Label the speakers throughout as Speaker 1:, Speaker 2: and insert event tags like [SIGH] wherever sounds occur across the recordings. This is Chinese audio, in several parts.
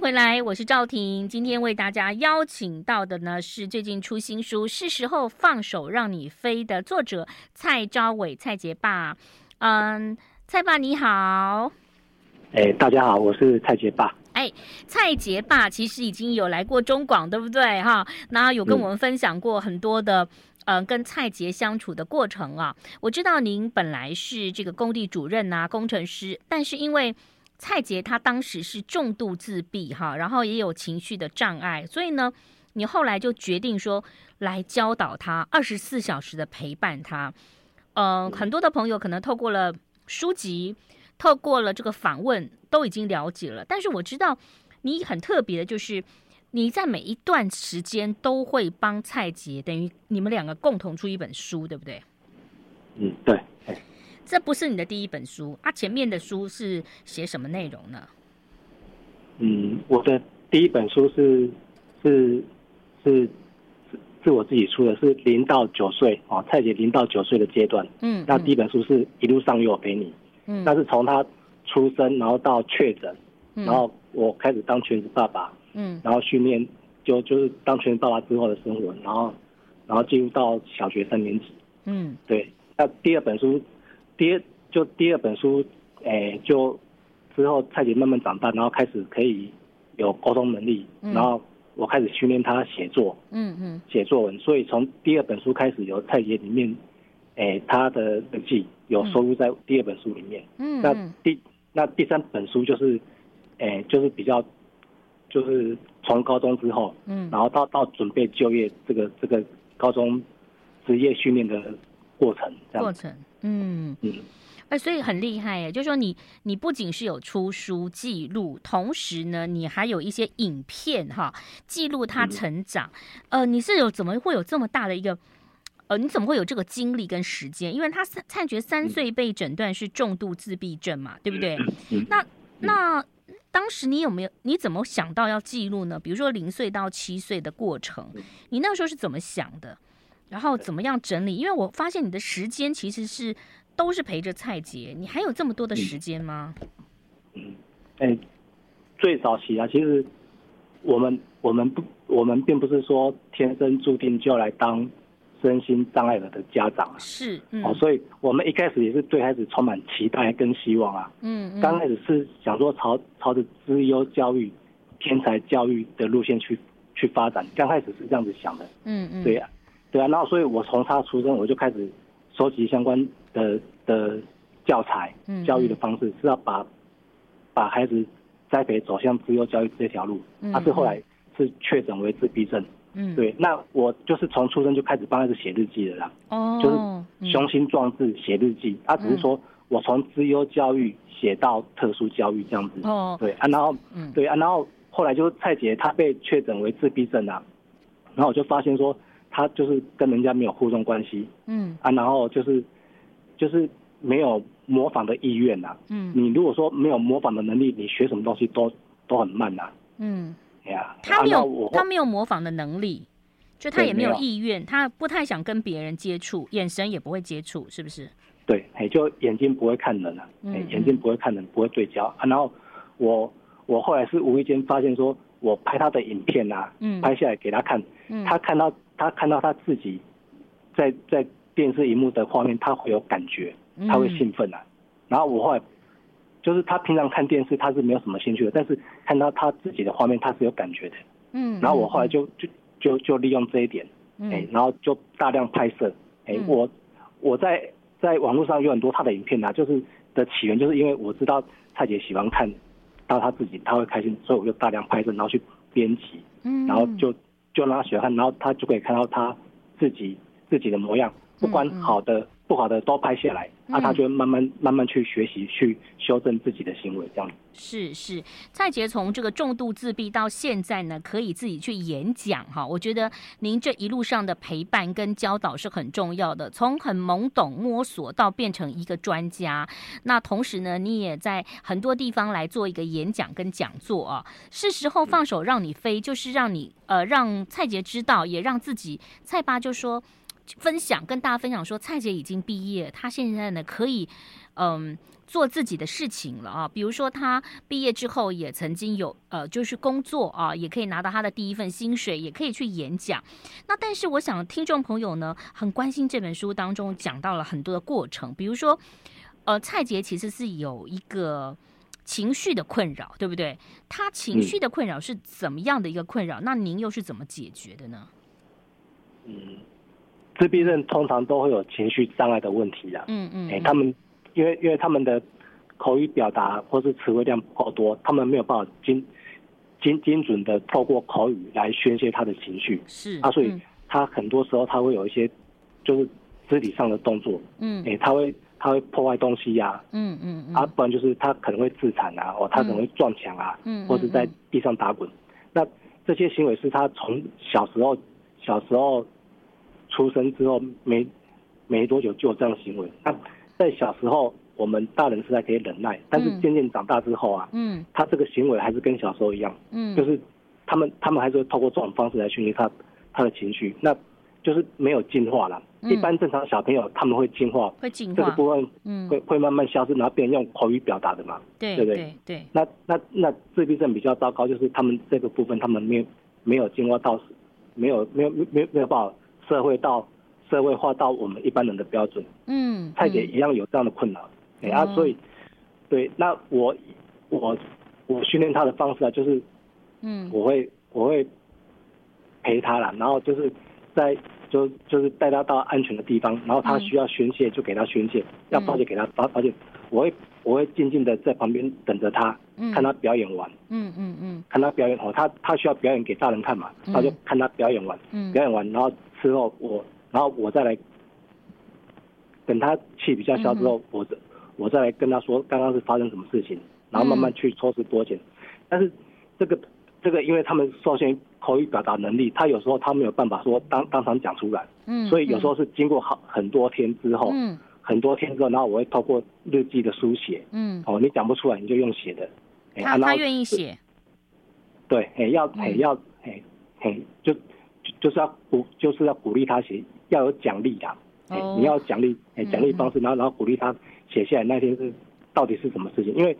Speaker 1: 回来，我是赵婷。今天为大家邀请到的呢是最近出新书《是时候放手让你飞》的作者蔡昭伟，蔡杰爸。嗯，蔡爸你好。
Speaker 2: 哎、大家好，我是蔡杰爸。
Speaker 1: 蔡杰爸其实已经有来过中广，对不对哈？那有跟我们分享过很多的，嗯、跟蔡杰相处的过程啊。我知道您本来是这个工地主任啊，工程师，但是因为蔡杰他当时是重度自闭哈，然后也有情绪的障碍，所以呢，你后来就决定说来教导他，二十四小时的陪伴他。嗯、很多的朋友可能透过了书籍，透过了这个访问，都已经了解了。但是我知道你很特别的，就是你在每一段时间都会帮蔡杰，等于你们两个共同出一本书，对不对？
Speaker 2: 嗯，对，哎、
Speaker 1: 这不是你的第一本书啊，前面的书是写什么内容呢？
Speaker 2: 嗯，我的第一本书是是是是是我自己出的，是零到九岁哦，蔡姐零到九岁的阶段。
Speaker 1: 嗯，
Speaker 2: 那第一本书是一路上有我陪你，
Speaker 1: 嗯
Speaker 2: 那是从他出生，然后到确诊，
Speaker 1: 嗯
Speaker 2: 然后我开始当全职爸爸，
Speaker 1: 嗯
Speaker 2: 然后训练就就是当全职爸爸之后的生活，然后然后进入到小学三年级。
Speaker 1: 嗯
Speaker 2: 对，那第二本书，第二就第二本书，诶、就之后蔡姐慢慢长大，然后开始可以有沟通能力，
Speaker 1: 嗯
Speaker 2: 然后我开始训练她写作、
Speaker 1: 嗯嗯
Speaker 2: 写作文，所以从第二本书开始有蔡姐里面，诶、她的日记有收录在第二本书里面。
Speaker 1: 嗯
Speaker 2: 那
Speaker 1: 嗯
Speaker 2: 第那第三本书就是，诶、就是比较，就是从高中之后，
Speaker 1: 嗯
Speaker 2: 然后到到准备就业这个这个高中职业训练的过程，这
Speaker 1: 过
Speaker 2: 样子。
Speaker 1: 程，嗯。
Speaker 2: 嗯，
Speaker 1: 哎，所以很厉害耶！就是说你，你不仅是有出书记录，同时呢，你还有一些影片哈，记录他
Speaker 2: 嗯
Speaker 1: 成长。呃，你是有怎么会有这么大的一个？呃，你怎么会有这个精力跟时间？因为他三蔡觉三岁被诊断是重度自闭症嘛，对不对？
Speaker 2: 嗯
Speaker 1: 那那当时你有没有？你怎么想到要记录呢？比如说零岁到七岁的过程
Speaker 2: 嗯，
Speaker 1: 你那时候是怎么想的？然后怎么样整理？因为我发现你的时间其实是都是陪着蔡杰，你还有这么
Speaker 2: 嗯
Speaker 1: 多的时间吗？
Speaker 2: 哎、最早期啊，其实我们我们不我们并不是说天生注定就要来当身心障碍者的家长啊。
Speaker 1: 是，嗯
Speaker 2: 哦，所以我们一开始也是对孩子充满期待跟希望啊。
Speaker 1: 嗯
Speaker 2: 刚
Speaker 1: 嗯
Speaker 2: 开始是想说朝朝着资优教育、天才教育的路线去去发展，刚开始是这样子想的。
Speaker 1: 嗯嗯，
Speaker 2: 对，啊，对啊，然后所以我从他出生我就开始收集相关的的教材
Speaker 1: 嗯、
Speaker 2: 教育的方式，是要把把孩子栽培走向自由教育这条路。
Speaker 1: 嗯
Speaker 2: 他是后来是确诊为自闭症，
Speaker 1: 嗯，
Speaker 2: 对，那我就是从出生就开始帮孩子写日记了啦，
Speaker 1: 哦，
Speaker 2: 就是雄心壮志写日记。他只是
Speaker 1: 嗯
Speaker 2: 说我从自由教育写到特殊教育这样子
Speaker 1: 嗯，哦，
Speaker 2: 对啊，然后
Speaker 1: 嗯，
Speaker 2: 对啊，然后后来就是蔡姐她被确诊为自闭症啊，然后我就发现说她就是跟人家没有互动关系
Speaker 1: 嗯
Speaker 2: 啊，然后就是就是没有模仿的意愿呐、啊。
Speaker 1: 嗯
Speaker 2: 你如果说没有模仿的能力，你学什么东西都都很慢呐、啊。
Speaker 1: 嗯，
Speaker 2: 哎呀、啊，
Speaker 1: 他没
Speaker 2: 然后
Speaker 1: 有
Speaker 2: 我
Speaker 1: 他没有模仿的能力，就他
Speaker 2: 对
Speaker 1: 也没
Speaker 2: 没
Speaker 1: 有
Speaker 2: 有
Speaker 1: 意愿，他不太想跟别人接触，眼神也不会接触，是不是？
Speaker 2: 对，哎，就眼睛不会看人啊，哎
Speaker 1: 嗯，
Speaker 2: 眼睛不会看人，不会对焦啊。然后我我后来是无意间发现说，我拍他的影片啊，
Speaker 1: 嗯
Speaker 2: 拍下来给他看，
Speaker 1: 嗯，
Speaker 2: 他看到他看到他自己在在电视荧幕的画面，他会有感觉，
Speaker 1: 嗯
Speaker 2: 他会兴奋啊。然后我后来就是他平常看电视他是没有什么兴趣的，但是看到他自己的画面他是有感觉的。
Speaker 1: 嗯，嗯，
Speaker 2: 然后我后来就就就就利用这一点，
Speaker 1: 嗯，
Speaker 2: 哎、
Speaker 1: 嗯
Speaker 2: 然后就大量拍摄，哎、
Speaker 1: 嗯
Speaker 2: 我我在在网络上有很多他的影片啊，就是的起源就是因为我知道蔡姐喜欢看到他自己，他会开心，所以我就大量拍摄，然后去编辑，
Speaker 1: 嗯，
Speaker 2: 然后就就让他学看，然后他就可以看到他自己自己的模样，不管
Speaker 1: 嗯嗯
Speaker 2: 好的不好的都拍下来，那、
Speaker 1: 嗯
Speaker 2: 他就会慢慢慢慢去学习，去修正自己的行为，这样子。
Speaker 1: 是是，蔡杰从这个重度自闭到现在呢，可以自己去演讲哈。我觉得您这一路上的陪伴跟教导是很重要的，从很懵懂摸索到变成一个专家。那同时呢，你也在很多地方来做一个演讲跟讲座啊。是时候放手让你飞，就是让你呃让蔡杰知道，也让自己蔡爸就说。分享，跟大家分享说，蔡姐已经毕业，她现在呢可以，嗯，做自己的事情了啊。比如说，她毕业之后也曾经有呃，就是工作啊，也可以拿到她的第一份薪水，也可以去演讲。那但是我想，听众朋友呢很关心这本书当中讲到了很多的过程，比如说，呃，蔡杰其实是有一个。情绪的困扰，对不对？他情绪的困扰是怎么样的一个困扰？那您又是怎么解决的呢？
Speaker 2: 嗯，自闭症通常都会有情绪障碍的问题啊。
Speaker 1: 嗯嗯，
Speaker 2: 哎、他们因为因为他们的口语表达或是词汇量不够多，他们没有办法精精精准的透过口语来宣泄他的情绪
Speaker 1: 是
Speaker 2: 啊，所以
Speaker 1: 嗯
Speaker 2: 他很多时候他会有一些就是肢体上的动作，
Speaker 1: 嗯
Speaker 2: 哎、他会他会破坏东西呀、
Speaker 1: 嗯嗯嗯
Speaker 2: 啊，不然就是他可能会自残啊，哦，他可能会撞墙啊，
Speaker 1: 嗯嗯
Speaker 2: 或是在地上打滚。那这些行为是他从小时候小时候出生之后没没多久就有这样的行为。那在小时候，我们大人是还可以忍耐，但是
Speaker 1: 嗯
Speaker 2: 渐渐长大之后啊，
Speaker 1: 嗯
Speaker 2: 他这个行为还是跟小时候一样，
Speaker 1: 嗯，
Speaker 2: 就是他们他们还是会透过这种方式来训练他他的情绪，那就是没有进化了。
Speaker 1: 嗯
Speaker 2: 一般正常小朋友他们会进化，
Speaker 1: 会进
Speaker 2: 这个
Speaker 1: 化，
Speaker 2: 部分
Speaker 1: 嗯，
Speaker 2: 会会慢慢消失，然后变成用口语表达的嘛。
Speaker 1: 对
Speaker 2: 对不对
Speaker 1: 对对，
Speaker 2: 那那那自闭症比较糟糕，就是他们这个部分他们没有没有进化到，没有没有没有没有办法社会到社会化到我们一般人的标准。
Speaker 1: 嗯，
Speaker 2: 蔡姐
Speaker 1: 嗯
Speaker 2: 一样有这样的困扰，哎、
Speaker 1: 哦
Speaker 2: 啊，所以对，那我我我训练他的方式啊，就是
Speaker 1: 嗯
Speaker 2: 我会我会陪他啦，然后就是在就就是带他到安全的地方，然后他
Speaker 1: 嗯
Speaker 2: 需要宣泄就给他宣泄，要
Speaker 1: 嗯
Speaker 2: 发泄给他发发泄。我会我会静静的在旁边等着他，
Speaker 1: 嗯，
Speaker 2: 看他表演完，
Speaker 1: 嗯嗯嗯
Speaker 2: 看他表演哦，他他需要表演给大人看嘛，
Speaker 1: 嗯
Speaker 2: 然后就看他表演完，
Speaker 1: 嗯，
Speaker 2: 表演完然后之后我然后我再来等他气比较消之后，
Speaker 1: 嗯
Speaker 2: 我再我再来跟他说刚刚是发生什么事情，然后慢慢去抽丝剥茧。但是这个这个，因为他们受限于口语表达能力，他有时候他没有办法说当当场讲出来，
Speaker 1: 嗯，
Speaker 2: 所以有时候是哦经过好很多天之后，
Speaker 1: 嗯
Speaker 2: 很多天之后，然后我会透过日记的书写，
Speaker 1: 嗯，
Speaker 2: 哦，你讲不出来你就用写的，哎
Speaker 1: 他
Speaker 2: 啊然
Speaker 1: 他
Speaker 2: 后
Speaker 1: 愿意写，
Speaker 2: 对，哎、要哎、
Speaker 1: 嗯
Speaker 2: 要哎哎、就就就是要鼓就是要鼓励他写，要有奖励啦。哎、
Speaker 1: 哦
Speaker 2: 你要奖励哎
Speaker 1: 嗯
Speaker 2: 奖励方式，然后然后鼓励他写下来那天是到底是什么事情，因为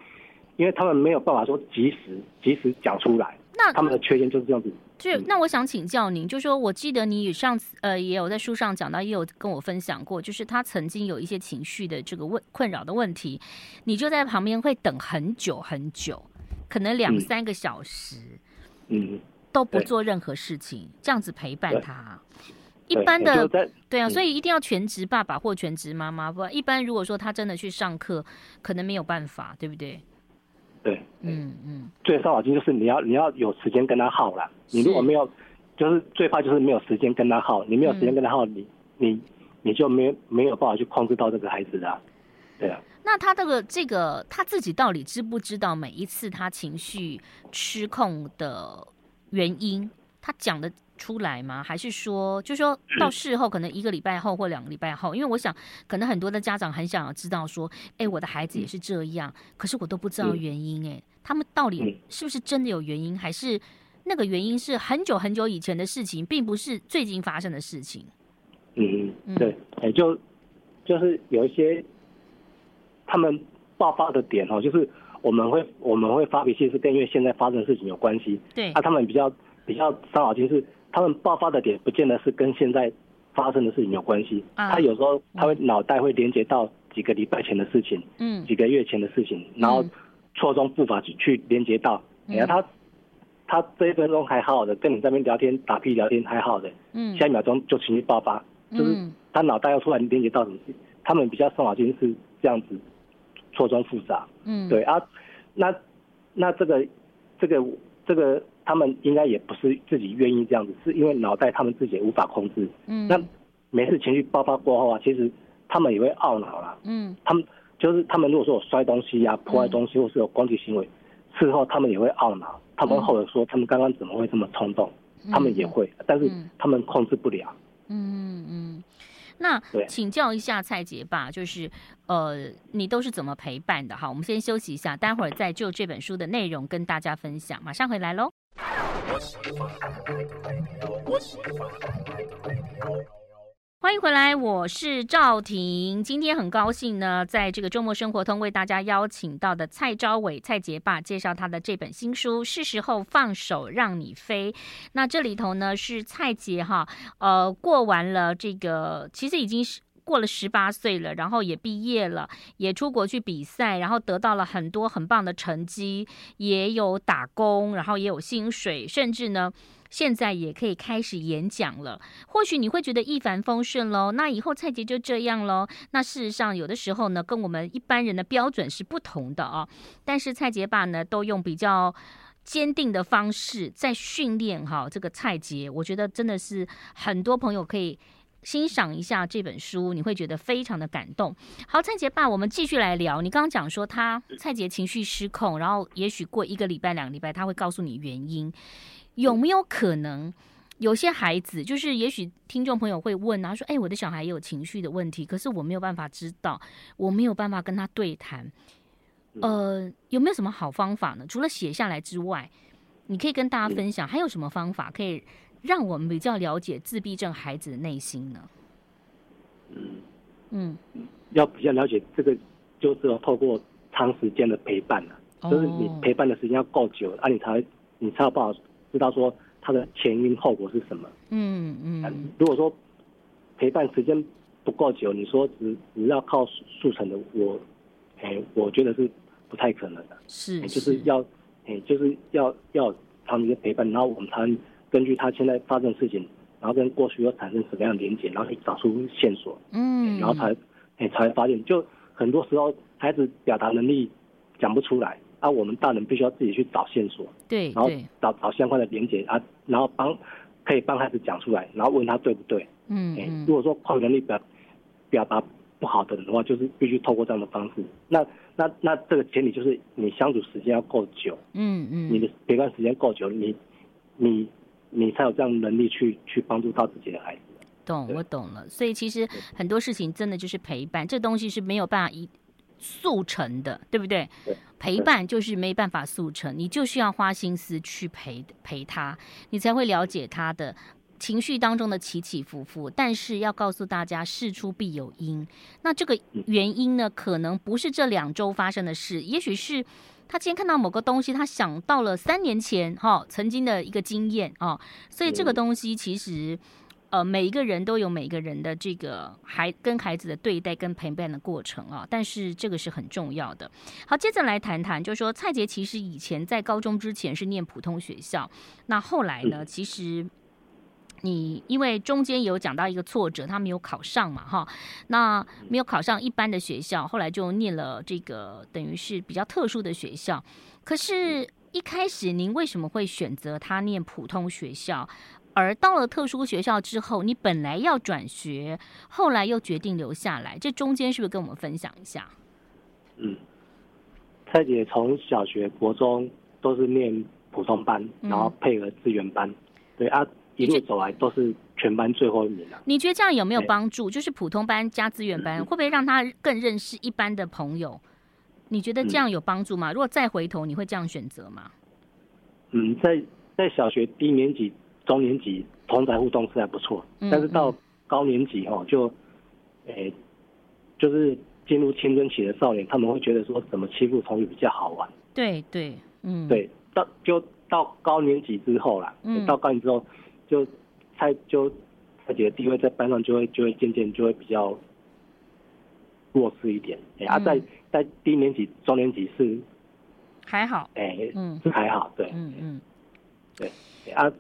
Speaker 2: 因为他们没有办法说及时及时讲出来，
Speaker 1: 那
Speaker 2: 他们的嗯缺陷就是这样子。
Speaker 1: 这那我想请教您，就说我记得你上次呃也有在书上讲到，也有跟我分享过，就是他曾经有一些情绪的这个问困扰的问题，你就在旁边会等很久很久，可能两
Speaker 2: 嗯
Speaker 1: 三个小时。
Speaker 2: 嗯，
Speaker 1: 都不
Speaker 2: 对
Speaker 1: 做任何事情，这样子陪伴
Speaker 2: 对
Speaker 1: 他。一
Speaker 2: 对
Speaker 1: 般
Speaker 2: 哎
Speaker 1: 的
Speaker 2: 就在
Speaker 1: 对啊，
Speaker 2: 嗯
Speaker 1: 所以一定要全职爸爸或全职妈妈，不然一般如果说他真的去上课，可能没有办法，对不对？
Speaker 2: 对，
Speaker 1: 嗯嗯
Speaker 2: 最伤脑筋就是你要你要有时间跟他耗啦，你如果
Speaker 1: 是
Speaker 2: 没有，就是最怕就是没有时间跟他耗，你没有
Speaker 1: 嗯
Speaker 2: 时间跟他耗，你你你就没有没有办法去控制到这个孩子的啊、对啊。
Speaker 1: 那他这个这个他自己到底知不知道每一次他情绪失控的原因？他讲得出来吗？还是说，就说到
Speaker 2: 嗯
Speaker 1: 事后，可能一个礼拜后或两个礼拜后？因为我想，可能很多的家长很想要知道说，哎，我的孩子也是这样，可是我都不知道
Speaker 2: 嗯
Speaker 1: 原因，哎，他们到底
Speaker 2: 嗯
Speaker 1: 是不是真的有原因，还是那个原因是很久很久以前的事情，并不是最近发生的事情？
Speaker 2: 嗯
Speaker 1: 嗯，
Speaker 2: 对，也、就就是有一些他们爆发的点哦，就是我们会我们会发脾气是跟因为现在发生的事情有关系，
Speaker 1: 对
Speaker 2: 啊，，他们比较比较伤脑筋是他们爆发的点不见得是跟现在发生的事情有关系，
Speaker 1: 啊
Speaker 2: 他有时候他会脑袋会连接到几个礼拜前的事情，
Speaker 1: 嗯
Speaker 2: 几个月前的事情，然后
Speaker 1: 嗯
Speaker 2: 错综复杂去去连接到，
Speaker 1: 嗯
Speaker 2: 你看、他。他这一分钟还好好的，跟你在那边聊天打屁聊天还好好的，
Speaker 1: 嗯
Speaker 2: 下一秒钟就情绪爆发，就是
Speaker 1: 嗯
Speaker 2: 他脑袋要突然连接到什么事，他们比较伤脑筋是这样子错综复杂。
Speaker 1: 嗯，
Speaker 2: 对啊，那那这个这个这个他们应该也不是自己愿意这样子，是因为脑袋他们自己也无法控制。
Speaker 1: 嗯，
Speaker 2: 那每次情绪爆发过后啊，其实他们也会懊恼啦。
Speaker 1: 嗯
Speaker 2: 他们就是他们如果说有摔东西啊、破坏东西，或是有攻击行为，事后他们也会懊恼，他们
Speaker 1: 嗯
Speaker 2: 会后悔说他们刚刚怎么会这么冲动，他们也
Speaker 1: 嗯
Speaker 2: 会，但是
Speaker 1: 嗯
Speaker 2: 他们控制不了。
Speaker 1: 嗯嗯，那
Speaker 2: 对
Speaker 1: 请教一下蔡杰吧，就是呃，你都是怎么陪伴的？哈，我们先休息一下，待会儿再就这本书的内容跟大家分享，马上回来喽。欢迎回来，我是赵婷。今天很高兴呢，在这个周末生活通为大家邀请到的蔡昭伟、蔡杰爸介绍他的这本新书《是时候放手让你飞》。那这里头呢是蔡杰哈，呃，过完了这个，其实已经是。过了十八岁了，然后也毕业了，也出国去比赛，然后得到了很多很棒的成绩，也有打工，然后也有薪水，甚至呢，现在也可以开始演讲了。或许你会觉得一帆风顺喽，那以后蔡杰就这样喽。那事实上，有的时候呢，跟我们一般人的标准是不同的啊、哦。但是蔡杰爸呢，都用比较。坚定的方式在训练哈，这个蔡杰，我觉得真的是很多朋友可以。欣赏一下这本书，你会觉得非常的感动。好，蔡杰爸，我们继续来聊。你刚刚讲说他蔡杰情绪失控，然后也许过一个礼拜、两个礼拜，他会告诉你原因。有没有可能有些孩子，就是也许听众朋友会问啊，说：“哎，我的小孩也有情绪的问题，可是我没有办法知道，我没有办法跟他对谈。”呃，有没有什么好方法呢？除了写下来之外，你可以跟大家分享，还有什么方法可以？让我们比较了解自闭症孩子的内心呢。
Speaker 2: 嗯嗯，要比较了解这个，就是要透过长时间的陪伴了、啊哦，就是你陪伴的时间要够久，啊，你才你才有办法知道说他的前因后果是什么。
Speaker 1: 嗯嗯、啊。
Speaker 2: 如果说陪伴时间不够久，你说只只要靠速成的，我哎、欸，我觉得是不太可能的。
Speaker 1: 是,是、欸，
Speaker 2: 就是要哎、欸，就是要要长时间陪伴，然后我们才。根据他现在发生的事情，然后跟过去又产生什么样的连结，然后去找出线索，
Speaker 1: 嗯，
Speaker 2: 然后才，哎、欸，才发现，就很多时候孩子表达能力讲不出来，啊，我们大人必须要自己去找线索，
Speaker 1: 对，
Speaker 2: 然后找找相关的连结啊，然后帮可以帮孩子讲出来，然后问他对不对，哎
Speaker 1: 嗯，欸、
Speaker 2: 如果说跨能力表表达不好的人的话，就是必须透过这样的方式，那那那这个前提就是你相处时间要够久，
Speaker 1: 嗯嗯，
Speaker 2: 你的陪伴时间够久，你你。你才有这样能力去去帮助到自己的孩子。
Speaker 1: 懂，我懂了。所以其实很多事情真的就是陪伴，这东西是没有办法一速成的，对不对？
Speaker 2: 对
Speaker 1: 陪伴就是没办法速成，你就是要花心思去陪陪他，你才会了解他的。情绪当中的起起伏伏，但是要告诉大家，事出必有因。那这个原因呢，可能不是这两周发生的事，也许是他今天看到某个东西，他想到了三年前哈、哦、曾经的一个经验啊、哦。所以这个东西其实，呃，每一个人都有每个人的这个孩跟孩子的对待跟陪伴的过程啊、哦，但是这个是很重要的。好，接着来谈谈，就说蔡杰其实以前在高中之前是念普通学校，那后来呢，其实。你因为中间有讲到一个挫折，他没有考上嘛，哈，那没有考上一般的学校，后来就念了这个等于是比较特殊的学校。可是，一开始您为什么会选择他念普通学校，而到了特殊学校之后，你本来要转学，后来又决定留下来，这中间是不是跟我们分享一下？
Speaker 2: 嗯，蔡姐从小学、国中都是念普通班，然后配合资源班，嗯、对啊。一路走来都是全班最后一名啊！
Speaker 1: 你觉得这样有没有帮助？就是普通班加资源
Speaker 2: 嗯
Speaker 1: 班，会不会让他更认识一般的朋友？你觉得这样有帮助吗？如果再回头，你会这样选择吗？
Speaker 2: 嗯，在在小学低年级、中年级同台互动是还不错，但是到高年级哦，就诶、欸，就是进入青春期的少年，他们会觉得说怎么欺负同学比较好玩。
Speaker 1: 对对，嗯，
Speaker 2: 对，到就到高年级之后啦，嗯、到高年级之后。就蔡就蔡姐的地位在班上就会就会渐渐就会比较弱势一点，哎、欸嗯、啊在在低年级、中年级是
Speaker 1: 还好，
Speaker 2: 哎、欸、嗯是还好，对
Speaker 1: 嗯嗯
Speaker 2: 对、欸、啊，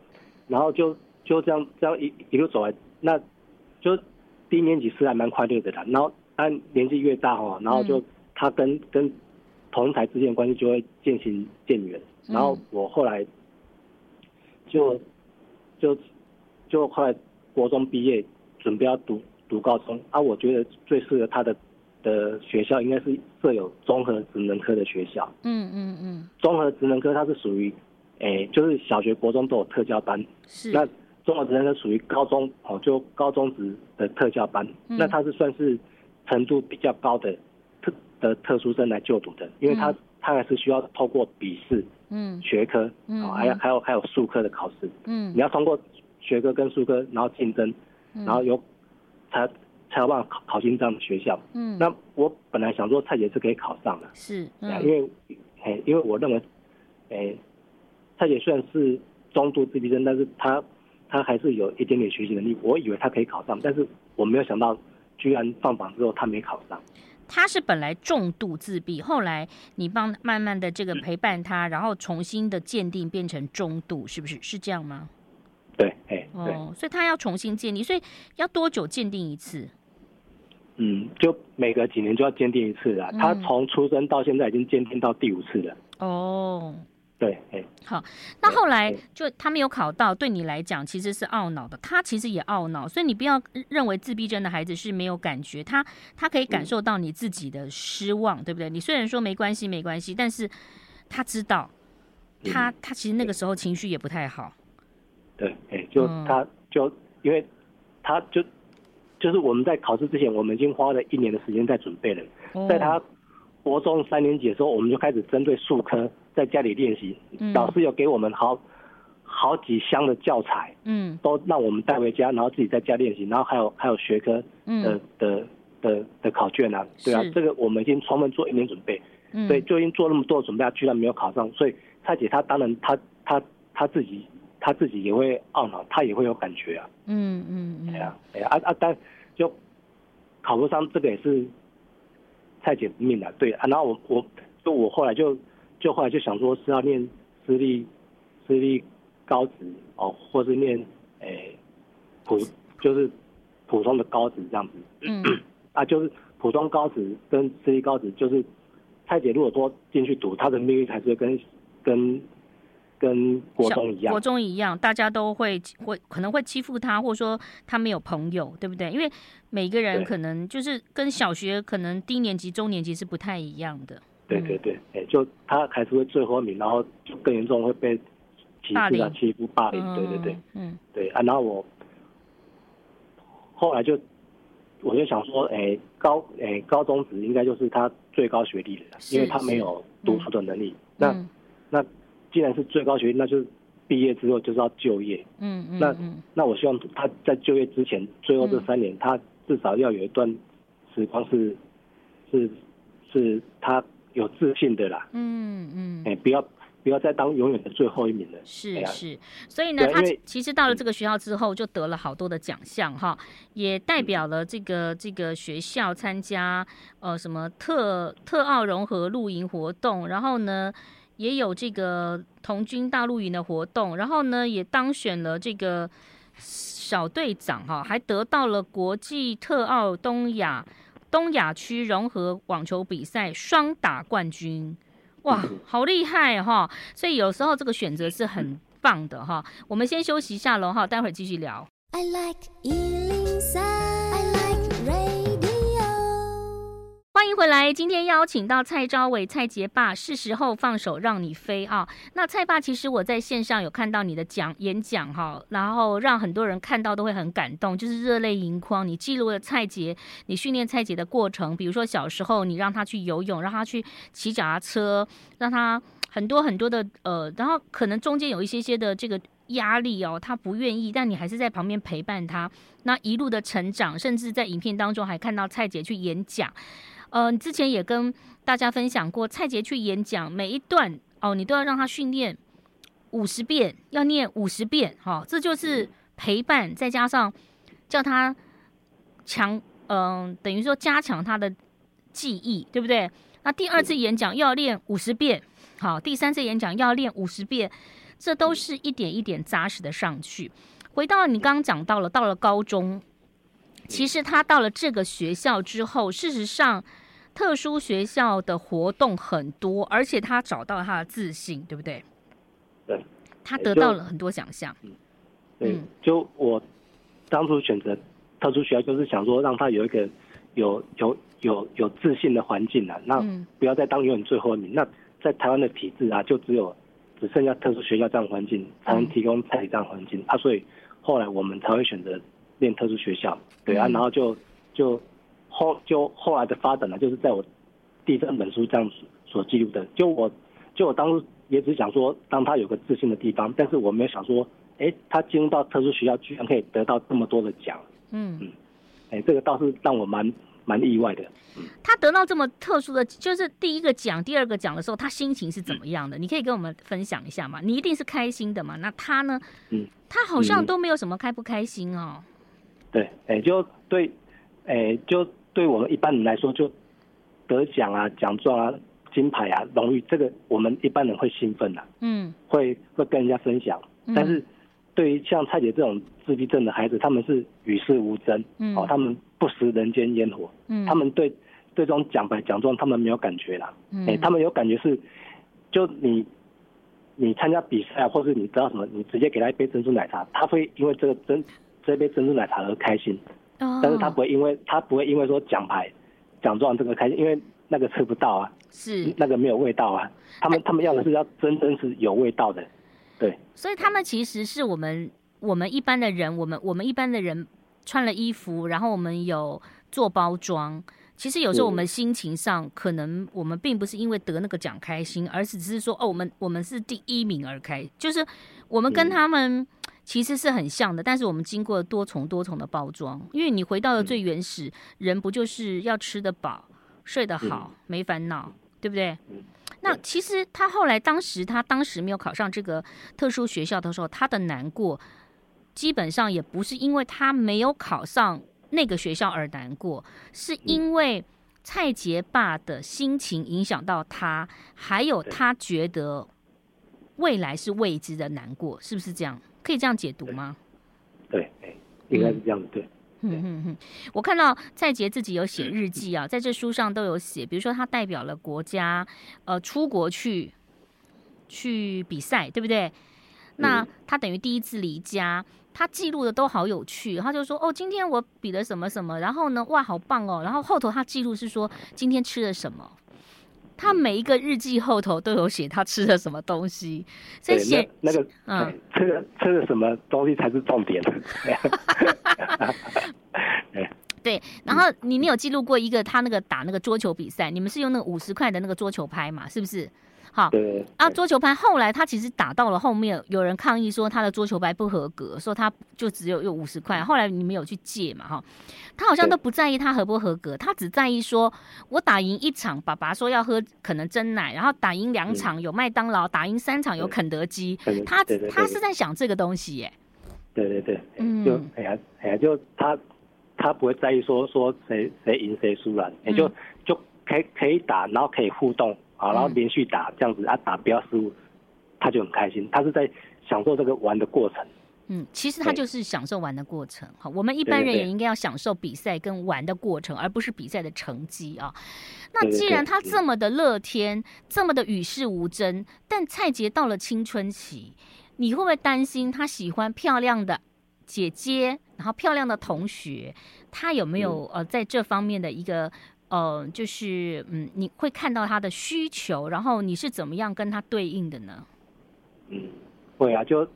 Speaker 2: 然后就就这样这样一一路走来，那就低年级是还蛮快乐的啦，然后按年纪越大哦，然后就他跟、嗯、跟同台之间的关系就会渐行渐远，然后我后来就。就就快国中毕业，准备要读读高中啊！我觉得最适合他的的学校应该是设有综合职能科的学校。
Speaker 1: 嗯嗯嗯。
Speaker 2: 综合职能科它是属于，诶、欸，就是小学、国中都有特教班。
Speaker 1: 是。
Speaker 2: 那综合职能科属于高中哦，就高中职的特教班、嗯。那它是算是程度比较高的特的特殊生来就读的，因为它、嗯、它还是需要透过笔试。
Speaker 1: 嗯，
Speaker 2: 学科，嗯，还有还有还有数科的考试，
Speaker 1: 嗯，
Speaker 2: 你要通过学科跟数科，然后竞争，然后有才才有办法考考进这样的学校。
Speaker 1: 嗯，
Speaker 2: 那我本来想说蔡姐是可以考上的，
Speaker 1: 是，
Speaker 2: 啊
Speaker 1: 嗯
Speaker 2: 因为，哎、因为我认为，哎、蔡姐虽然是中度自闭症，但是她她还是有一点点学习能力。我以为她可以考上，但是我没有想到，居然放榜之后她没考上。
Speaker 1: 他是本来重度自闭，后来你帮慢慢的
Speaker 2: 嗯
Speaker 1: 这个陪伴他，然后重新的鉴定变成中度，是不是？是这样吗？
Speaker 2: 对，哎、对，
Speaker 1: 哦，所以他要重新鉴定，所以要多久鉴定一次？
Speaker 2: 嗯，就每隔几年就要鉴定一次啦。
Speaker 1: 嗯
Speaker 2: 她从出生到现在已经鉴定到第五次了。
Speaker 1: 哦，
Speaker 2: 对，哎、
Speaker 1: 那
Speaker 2: 对
Speaker 1: 后来
Speaker 2: 对
Speaker 1: 就他没有考到，对你来讲其实是懊恼的，他其实也懊恼，所以你不要认为自闭症的孩子是没有感觉，他他可以感受到你自己的失望，对不对？你虽然说没关系没关系，但是他知道，他、
Speaker 2: 嗯
Speaker 1: 他其实那个时候情绪也不太好，
Speaker 2: 对，哎、就
Speaker 1: 嗯
Speaker 2: 她就因为她就就是我们在考试之前，我们已经花了一年的时间在准备了。
Speaker 1: 哦
Speaker 2: 在他国中三年级的时候，我们就开始针对数科在家里练习，
Speaker 1: 嗯
Speaker 2: 老师有给我们好好几箱的教材，
Speaker 1: 嗯
Speaker 2: 都让我们带回家，然后自己在家练习，然后还有还有学科的
Speaker 1: 嗯
Speaker 2: 的的的考卷啊，对啊
Speaker 1: 是，
Speaker 2: 这个我们已经充分做一年准备，
Speaker 1: 嗯，
Speaker 2: 所以就已经做那么多的准备，他居然没有考上，所以蔡姐她当然她她她自己她自己也会懊恼，她也会有感觉啊。
Speaker 1: 嗯嗯嗯，
Speaker 2: 哎呀，哎呀，啊啊，但就考不上这个也是蔡姐命的、对啊。然后我我就我后来就就后来就想说是要念私立私立高职哦，或是念诶、普就是普通的高职这样子
Speaker 1: 嗯
Speaker 2: 啊，就是普通高职跟私立高职，就是蔡姐如果多进去读，她的命运还是会跟跟跟国
Speaker 1: 小
Speaker 2: 中一样
Speaker 1: 国，中一样，大家都会会可能会欺负他，或者说他没有朋友，对不对？因为每个人
Speaker 2: 对
Speaker 1: 可能就是跟小学可能低年级、中年级是不太一样的。嗯
Speaker 2: 对对对，哎、就他还是会最后一名，然后就更严重会被歧
Speaker 1: 霸
Speaker 2: 视啊
Speaker 1: 凌、
Speaker 2: 欺负、霸凌
Speaker 1: 嗯，，
Speaker 2: 对对对，
Speaker 1: 嗯
Speaker 2: 对啊。然后我后来就我就想说，哎、高哎、高中职应该就是他最高学历了，
Speaker 1: 是
Speaker 2: 因为他没
Speaker 1: 是
Speaker 2: 有读书的能力。那
Speaker 1: 嗯
Speaker 2: 那既然是最高学历，那就是毕业之后就是要就业。
Speaker 1: 嗯嗯，
Speaker 2: 那
Speaker 1: 嗯
Speaker 2: 那我希望他在就业之前，最后这
Speaker 1: 嗯
Speaker 2: 三年，他至少要有一段时光是是是他有自信的啦。
Speaker 1: 嗯
Speaker 2: 哎、
Speaker 1: 嗯。
Speaker 2: 不要不要再当永远的最后一名了。哎
Speaker 1: 是
Speaker 2: 呀
Speaker 1: 是，所以呢，
Speaker 2: 对啊
Speaker 1: 他
Speaker 2: 因为嗯
Speaker 1: 其实到了这个学校之后，就得了好多的奖项哈，也
Speaker 2: 嗯
Speaker 1: 代表了这个这个学校参加呃什么特特奥融合露营活动，然后呢也有这个童军大露营的活动，然后呢也当选了这个小队长哈，还得到了国际特奥东亚东亚区融合网球比赛双打冠军。哇，
Speaker 2: 嗯
Speaker 1: 好厉害哈！所以有时候这个选择是很棒的哈。我们先休息一下喽哈，待会儿继续聊。
Speaker 3: I like Ealing Sound. I like radio.
Speaker 1: 欢迎回来，今天邀请到蔡昭伟、蔡杰爸，是时候放手让你飞啊！那蔡爸，其实我在线上有看到你的讲演讲哈，然后让很多人看到都会很感动，就是热泪盈眶。你记录了蔡杰，你训练蔡杰的过程，比如说小时候你让他去游泳，让他去骑脚踏车，让他很多很多的呃，然后可能中间有一些些的这个压力哦，他不愿意，但你还是在旁边陪伴他，那一路的成长，甚至在影片当中还看到蔡杰去演讲。呃，你之前也跟大家分享过，蔡杰去演讲，每一段哦，你都要让他训练五十遍，要念五十遍，哈、这就是陪伴，再加上叫他强，嗯、等于说加强他的记忆，对不对？那第二次演讲要练五十遍，好，第三次演讲要练五十遍，这都是一点一点扎实的上去。回到你刚刚讲到了，到了高中，其实他到了这个学校之后，事实上特殊学校的活动很多，而且他找到他的自信，对不对？
Speaker 2: 对，
Speaker 1: 他得到了很多奖项。
Speaker 2: 对，
Speaker 1: 嗯
Speaker 2: 就我当初选择特殊学校，就是想说让他有一个有有有有自信的环境啊，那
Speaker 1: 嗯
Speaker 2: 不要再当永远最后一名。那在台湾的体制啊，就只有只剩下特殊学校这样的环境，才
Speaker 1: 嗯
Speaker 2: 能提供蔡这样的环境啊，所以后来我们才会选择练特殊学校，对啊，
Speaker 1: 嗯
Speaker 2: 然后就就后就后来的发展呢，就是在我第三本书这样所所记录的，就我就我当初也只想说让他有个自信的地方，但是我没有想说，哎，他进入到特殊学校居然可以得到这么多的奖，
Speaker 1: 嗯，
Speaker 2: 哎、这个倒是让我蛮蛮意外的。
Speaker 1: 他得到这么特殊的，就是第一个奖、第二个奖的时候，他心情是怎么样的？你可以跟我们分享一下吗？你一定是开心的嘛？那他呢？
Speaker 2: 嗯，
Speaker 1: 他好像
Speaker 2: 嗯
Speaker 1: 都没有什么开不开心哦。
Speaker 2: 对，哎、就对，哎、就对我们一般人来说，就得奖啊、奖状啊、金牌啊、荣誉，这个我们一般人会兴奋的、啊
Speaker 1: 嗯，
Speaker 2: 会会跟人家分享。
Speaker 1: 嗯
Speaker 2: 但是对于像蔡姐这种自闭症的孩子，他们是与世无争，
Speaker 1: 嗯
Speaker 2: 哦，他们不食人间烟火，
Speaker 1: 嗯，
Speaker 2: 他们对对这种奖牌奖状他们没有感觉啦。
Speaker 1: 嗯，
Speaker 2: 哎、他们有感觉是，就你你参加比赛，啊或是你知道什么，你直接给他一杯珍珠奶茶，他会因为这个珍这杯珍珠奶茶而开心，
Speaker 1: 哦，
Speaker 2: 但是他不会因为他不会因为说奖牌奖状这个开心，因为那个吃不到啊，
Speaker 1: 是，
Speaker 2: 那个没有味道啊，他们他们要的是要真正是有味道的，对，
Speaker 1: 所以他们其实是我们我们一般的人，我们我们一般的人穿了衣服，然后我们有做包装。其实有时候我们心情上，可能我们并不是因为得那个奖开心，而是只是说哦，我们我们是第一名而开，就是我们跟
Speaker 2: 嗯
Speaker 1: 他们其实是很像的，但是我们经过了多重多重的包装，因为你回到了最原始，人不就是要吃得饱、睡得好、没烦恼，对不对？
Speaker 2: 嗯
Speaker 1: 那其实他后来当时他当时没有考上这个特殊学校的时候，他的难过基本上也不是因为他没有考上那个学校而难过，是因为蔡杰爸的心情影响到他，还有他觉得未来是未知的难过，是不是这样？可以这样解读吗？
Speaker 2: 对，哎，应该是这样子，对，
Speaker 1: 嗯嗯嗯，我看到蔡杰自己有写日记啊，在这书上都有写，比如说他代表了国家，呃，出国去去比赛，对不对？那
Speaker 2: 嗯
Speaker 1: 他等于第一次离家，他记录的都好有趣。他就说：“哦，今天我比了什么什么，然后呢，哇，好棒哦。”然后后头他记录是说今天吃了什么，
Speaker 2: 嗯
Speaker 1: 他每一个日记后头都有写他吃了什么东西，所以
Speaker 2: 对
Speaker 1: 写，
Speaker 2: 那那个
Speaker 1: 嗯，
Speaker 2: 哎吃了吃了什么东西才是重点， [LAUGHS] 哎
Speaker 1: 对，然后你你有记录过一个他那个打那个桌球比赛，你们是用那个五十块的那个桌球拍嘛，是不是？好
Speaker 2: 对，
Speaker 1: 啊，桌球拍后来他其实打到了后面，有人抗议说他的桌球拍不合格，说他就只有用五十块。后来你们有去借嘛哈，他好像都不在意他合不合格，他只在意说我打赢一场，爸爸说要喝可能真奶，然后打赢
Speaker 2: 嗯
Speaker 1: 两场有麦当劳，打赢三场有肯德基，
Speaker 2: 对对
Speaker 1: 他
Speaker 2: 对对对
Speaker 1: 他是在想这个东西耶、
Speaker 2: 对对对，
Speaker 1: 嗯
Speaker 2: 就哎呀哎呀，就他他不会在意说说谁谁赢谁输了，也、就就可以可以打，然后可以互动啊，然后
Speaker 1: 嗯
Speaker 2: 连续打这样子啊，打不要失误，他就很开心，他是在享受这个玩的过程。
Speaker 1: 嗯，其实它
Speaker 2: 对
Speaker 1: 就是享受玩的过程。好，我们一般
Speaker 2: 对对
Speaker 1: 人
Speaker 2: 对
Speaker 1: 也应该要享受比赛跟玩的过程，而不是比赛的成绩啊。那
Speaker 2: 对对
Speaker 1: 既
Speaker 2: 对
Speaker 1: 然他
Speaker 2: 嗯
Speaker 1: 这么的乐天，这么的与世无争，但蔡杰到了青春期，你会不会担心他喜欢漂亮的姐姐，然后漂亮的同学，他有没
Speaker 2: 嗯
Speaker 1: 有、呃在这方面的一个呃，就是嗯，你会看到他的需求，然后你是怎么样跟他对应的呢？
Speaker 2: 嗯，会啊，就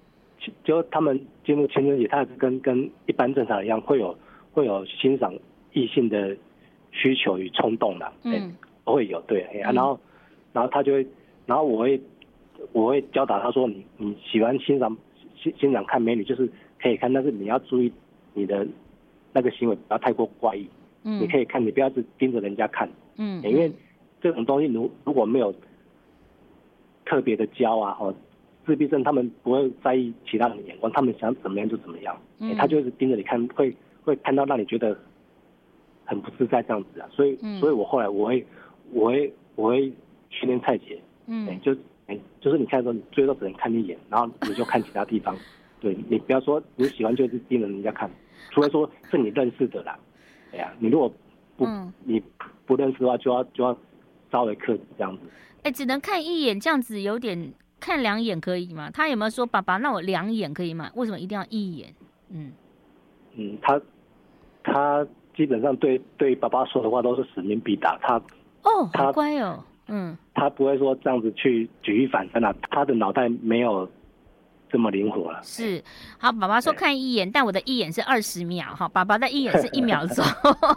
Speaker 2: 就他们进入青春期，他也是跟跟一般正常人一样，会有会有欣赏异性的需求与冲动的。哎
Speaker 1: 嗯
Speaker 2: 会有对、哎呀
Speaker 1: 嗯
Speaker 2: 然后然后他就会，然后我会我会教导他说你，你喜欢欣赏欣欣赏看美女就是可以看，但是你要注意你的那个行为不要太过怪异，
Speaker 1: 嗯，
Speaker 2: 你可
Speaker 1: 以
Speaker 2: 以看，哎你不要只盯着人家看，
Speaker 1: 嗯，
Speaker 2: 因为这种东西如如果没有特别的教啊，哦，自闭症他们不会在意其他人的眼光，他们想怎么样就怎么样，哎
Speaker 1: 嗯
Speaker 2: 他就是盯着你看，会会看到让你觉得很不自在这样子啊，所以
Speaker 1: 嗯
Speaker 2: 所以我后来我会我会我会训练蔡姐，
Speaker 1: 嗯
Speaker 2: 哎、就哎、就是你看的时候，你最多只能看一眼，然后你就看其他地方，对你不要说你喜欢就是盯着人家看，除非说是你认识的啦，哎呀、你如果不、
Speaker 1: 嗯
Speaker 2: 你不认识的话，就要就要稍微克制这样子，
Speaker 1: 哎、只能看一眼，这样子有点看两眼可以吗？他有没有说爸爸，那我两眼可以吗？为什么一定要一眼？嗯，
Speaker 2: 嗯，他他基本上对对爸爸说的话都是使命必达，他
Speaker 1: 哦，
Speaker 2: 他
Speaker 1: 好乖哦，嗯
Speaker 2: 他不会说这样子去举一反三啦、他的脑袋没有这么灵活了，
Speaker 1: 是好。爸爸说
Speaker 2: 对
Speaker 1: 看一眼，但我的一眼是二十秒哈，爸爸的一眼是一秒
Speaker 2: [LAUGHS]
Speaker 1: 钟。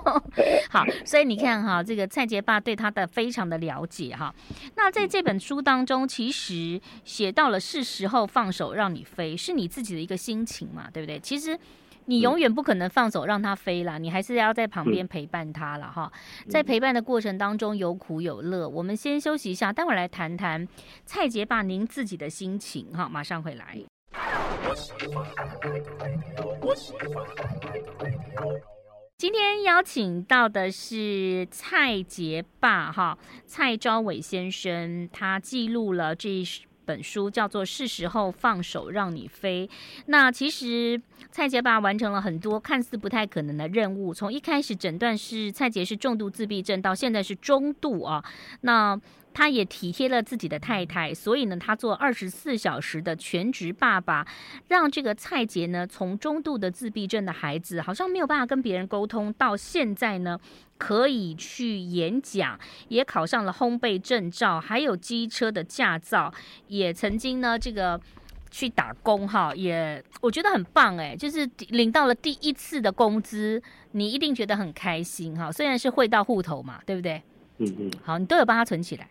Speaker 1: [LAUGHS] 好，所以你看哈，这个蔡杰爸对他的非常的了解哈。那在这本书当中，其实写到了是时候放手让你飞，是你自己的一个心情嘛，对不对？其实你永远不可能放手让它飞啦，你还是要在旁
Speaker 2: 嗯
Speaker 1: 边陪伴它了哈。在陪伴的过程当中有苦有乐，我们先休息一下，待会儿来谈谈蔡杰爸您自己的心情哈，马上回来。今天邀请到的是蔡杰爸哈，蔡昭伟先生，他记录了这本书叫做《是时候放手让你飞》。那其实蔡杰爸完成了很多看似不太可能的任务，从一开始诊断是蔡杰是重度自闭症，到现在是中度啊。那他也体贴了自己的太太，所以呢，他做二十四小时的全职爸爸，让这个蔡杰呢，从中度的自闭症的孩子，好像没有办法跟别人沟通，到现在呢，可以去演讲，也考上了烘焙证照，还有机车的驾照，也曾经呢，这个。去打工哈，也我觉得很棒哎，就是领到了第一次的工资，你一定觉得很开心哈。虽然是汇到户头嘛，对不对？
Speaker 2: 嗯嗯，
Speaker 1: 好，你都有帮他存起来。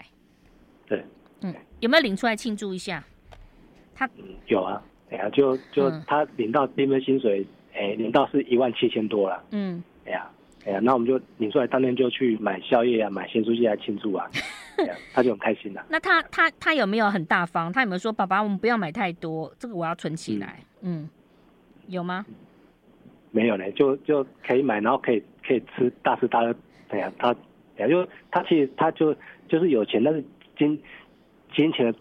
Speaker 2: 对，
Speaker 1: 嗯，有没有领出来庆祝一下？
Speaker 2: 有啊，哎呀，就就
Speaker 1: 嗯
Speaker 2: 他领到第一份薪水，哎，领到是一万七千多了，
Speaker 1: 嗯，
Speaker 2: 哎呀，哎呀，那我们就领出来，当天就去买宵夜啊，买咸酥鸡来庆祝
Speaker 1: [LAUGHS]
Speaker 2: 啊，哎呀，他就很开心的、
Speaker 1: 那他他他有没有很大方？他有没有说爸爸，我们不要买太多，这个我要存起来？嗯，有吗？
Speaker 2: 没有呢，就就可以买，然后可以可以吃大吃大喝，哎呀，他，哎呀，就他其实他就就是有钱，但是金金钱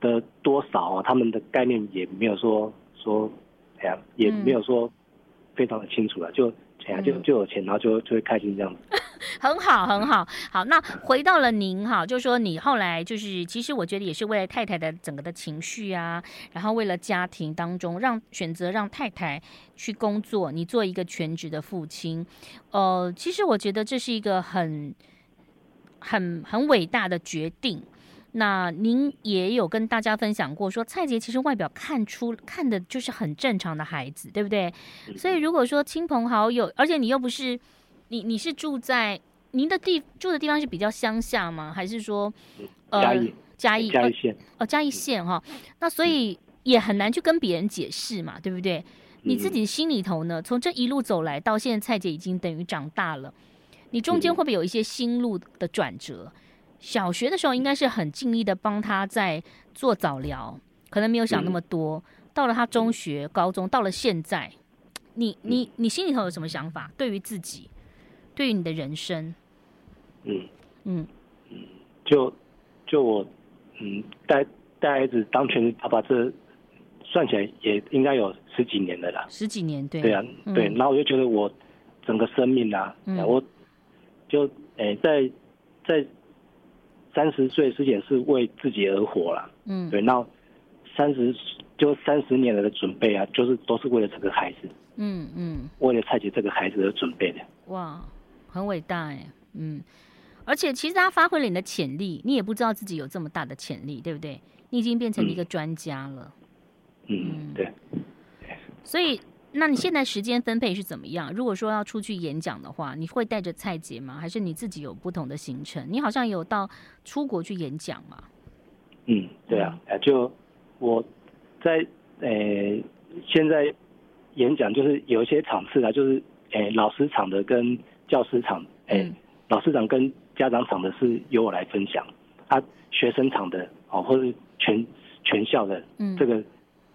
Speaker 2: 的多少啊，他们的概念也没有说说，哎呀，也
Speaker 1: 嗯
Speaker 2: 没有说非常的清楚了，就哎呀就
Speaker 1: 嗯
Speaker 2: 就有钱，然后就就会开心这样子。
Speaker 1: 很好，很好，好。那回到了您哈，就说你后来就是，其实我觉得也是为了太太的整个的情绪啊，然后为了家庭当中让选择让太太去工作，你做一个全职的父亲，呃，其实我觉得这是一个很很很伟大的决定。那您也有跟大家分享过说蔡杰其实外表看出看的就是很正常的孩子，对不对？所以如果说亲朋好友，而且你又不是你你是住在您的地住的地方是比较乡下吗？还是说呃
Speaker 2: 嘉义
Speaker 1: 嘉义
Speaker 2: 加
Speaker 1: 呃
Speaker 2: 一线，
Speaker 1: 哦嘉义县哈、那
Speaker 2: 嗯
Speaker 1: 所以也很难去跟别人解释嘛，对不对？你
Speaker 2: 嗯
Speaker 1: 自己心里头呢，从这一路走来到现在，蔡姐已经等于长大了，你中间
Speaker 2: 嗯
Speaker 1: 会不会有一些心路的转折？小学的时候
Speaker 2: 嗯
Speaker 1: 应该是很尽力的帮他在做早疗，可能没有想那么
Speaker 2: 嗯
Speaker 1: 多。到了他中学、高中，到了现在，你
Speaker 2: 嗯
Speaker 1: 你你心里头有什么想法？对于自己，对于你的人生，
Speaker 2: 嗯。
Speaker 1: 嗯
Speaker 2: 就就我嗯带带孩子当全职爸爸，这算起来也应该有十几年了啦。
Speaker 1: 十几年对
Speaker 2: 对啊，
Speaker 1: 嗯
Speaker 2: 对，然后我就觉得我整个生命啊，
Speaker 1: 嗯
Speaker 2: 我就诶、在在三十岁之前是为自己而活啦。
Speaker 1: 嗯
Speaker 2: 对，那三十就三十年来的准备啊，就是都是为了这个孩子，
Speaker 1: 嗯嗯，
Speaker 2: 为了蔡姐这个孩子而准备的。
Speaker 1: 哇，很伟大哎，嗯，而且其实他发挥了你的潜力，你也不知道自己有这么大的潜力，对不对？你已经变成了一个专家了，
Speaker 2: 嗯，对，
Speaker 1: 所以那你现在时间分配是怎么样？如果说要出去演讲的话，你会带着蔡杰吗？还是你自己有不同的行程？你好像有到出国去演讲嘛？
Speaker 2: 嗯，对啊，啊，就我在诶、现在演讲就是有一些场次啊，就是诶、老师场的跟教师场，诶、
Speaker 1: 嗯
Speaker 2: 老师场跟家长场的是由我来分享，啊，学生场的哦，或是全全校的、
Speaker 1: 嗯，
Speaker 2: 这个，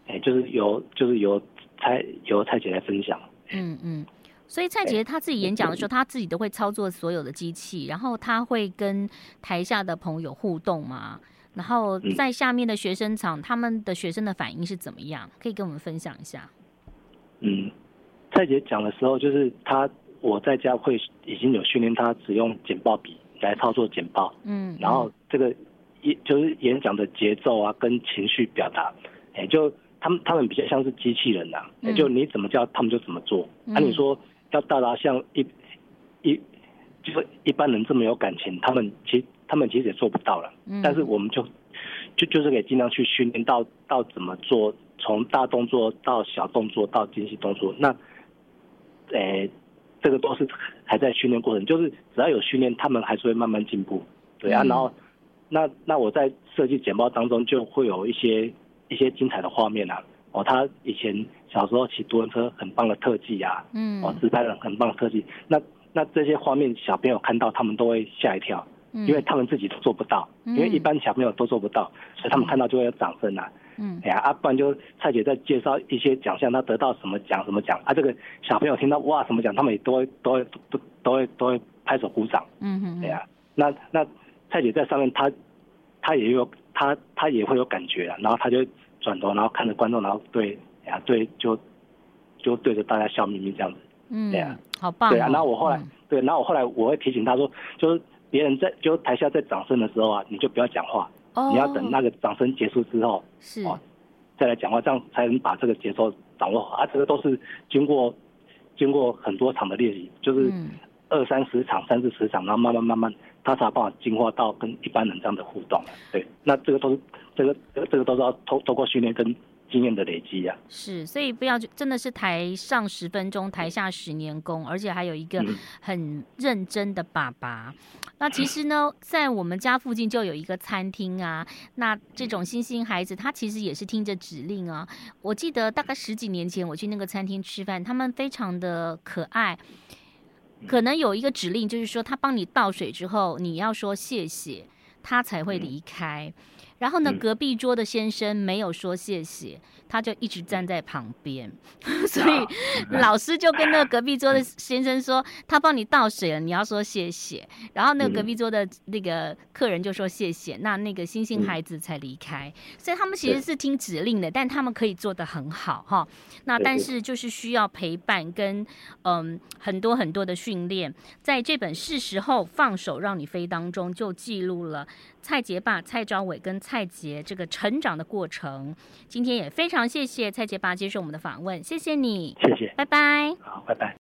Speaker 2: 诶、就是由就是由蔡由蔡姐来分享，
Speaker 1: 嗯，嗯，所以蔡杰他自己演讲的时候，
Speaker 2: 嗯
Speaker 1: 他自己都会操作所有的机器，然后他会跟台下的朋友互动嘛。然后
Speaker 2: 嗯
Speaker 1: 在下面的学生场，他们的学生的反应是怎么样？可以跟我们分享一下。
Speaker 2: 嗯，蔡姐讲的时候，就是她我在家会已经有训练她只用简报笔来操作简报。
Speaker 1: 嗯，
Speaker 2: 然后这个一就是演讲的节奏啊，跟情绪表达，哎，就他们他们比较像是机器人呐、啊，哎
Speaker 1: 嗯
Speaker 2: 就你怎么叫他们就怎么做。
Speaker 1: 嗯
Speaker 2: 按理说要到达像一一就是一般人这么有感情，他们其实他们其实也做不到了。
Speaker 1: 嗯，
Speaker 2: 但是我们就就就是给尽量去训练到到怎么做，从大动作到小动作到精细动作。那，诶、这个都是还在训练过程，就是只要有训练，他们还是会慢慢进步。对啊，
Speaker 1: 嗯
Speaker 2: 然后那那我在设计简报当中就会有一些一些精彩的画面啊，哦、哦，他以前小时候骑独轮车很棒的特技啊，
Speaker 1: 嗯
Speaker 2: 哦，自拍人很棒的特技，那那这些画面小朋友看到他们都会吓一跳，因为他们自己都做不到，
Speaker 1: 嗯
Speaker 2: 因为一般小朋友都做不到，所以他们看到就会有掌声啊。
Speaker 1: 嗯
Speaker 2: 哎呀，啊，不然就蔡姐在介绍一些奖项，她得到什么奖什么奖啊，这个小朋友听到哇什么奖，他们也都会都会都都会都会拍手鼓掌。
Speaker 1: 嗯哼，
Speaker 2: 对啊呀、那那蔡姐在上面，她她也有她她也会有感觉、啊，然后她就转头，然后看着观众，然后对，哎呀、对，就就对着大家笑眯眯这样子。
Speaker 1: 嗯，
Speaker 2: 对啊
Speaker 1: 好棒哦，
Speaker 2: 对啊，那我后来、
Speaker 1: 嗯
Speaker 2: 对，然后我后来我会提醒她说，就是别人在就台下在掌声的时候啊，你就不要讲话，
Speaker 1: 哦，
Speaker 2: 你要等那个掌声结束之后
Speaker 1: 是
Speaker 2: 哦再来讲话，这样才能把这个节奏掌握好啊。这个都是经过经过很多场的练习，就是。
Speaker 1: 嗯
Speaker 2: 二三十场、三四十场，然后慢慢慢慢，他才有办法进化到跟一般人这样的互动。啊对，那这个都是这个这个这个都是要透透过训练跟经验的累积啊呀、
Speaker 1: 是，所以不要真的是台上十分钟，台下十年功，而且还有一个
Speaker 2: 嗯
Speaker 1: 很认真的爸爸。那其实呢，在我们家附近就有一个餐厅啊。那这种新兴孩子，他其实也是听着指令啊。我记得大概十几年前，我去那个餐厅吃饭，他们非常的可爱。可能有一个指令，就是说他帮你倒水之后，你要说谢谢，他才会离开。然后呢，
Speaker 2: 嗯
Speaker 1: 隔壁桌的先生没有说谢谢，他就一直站在旁边， [LAUGHS] 所以
Speaker 2: [LAUGHS]
Speaker 1: 老师就跟那个隔壁桌的先生说，他帮你倒水了，你要说谢谢。然后那个隔壁桌的那个客人就说谢谢，那那个星星孩子才离开。所以他们其实
Speaker 2: 对
Speaker 1: 是听指令的，但他们可以做得很好哈。那
Speaker 2: 对
Speaker 1: 但
Speaker 2: 对
Speaker 1: 是就是需要陪伴跟嗯很多很多的训练，在这本《是时候放手让你飞》当中就记录了蔡杰爸、蔡昭伟跟蔡杰这个成长的过程。今天也非常谢谢蔡杰爸接受我们的访问，谢谢你，
Speaker 2: 谢谢，
Speaker 1: 拜拜。
Speaker 2: 好，拜拜。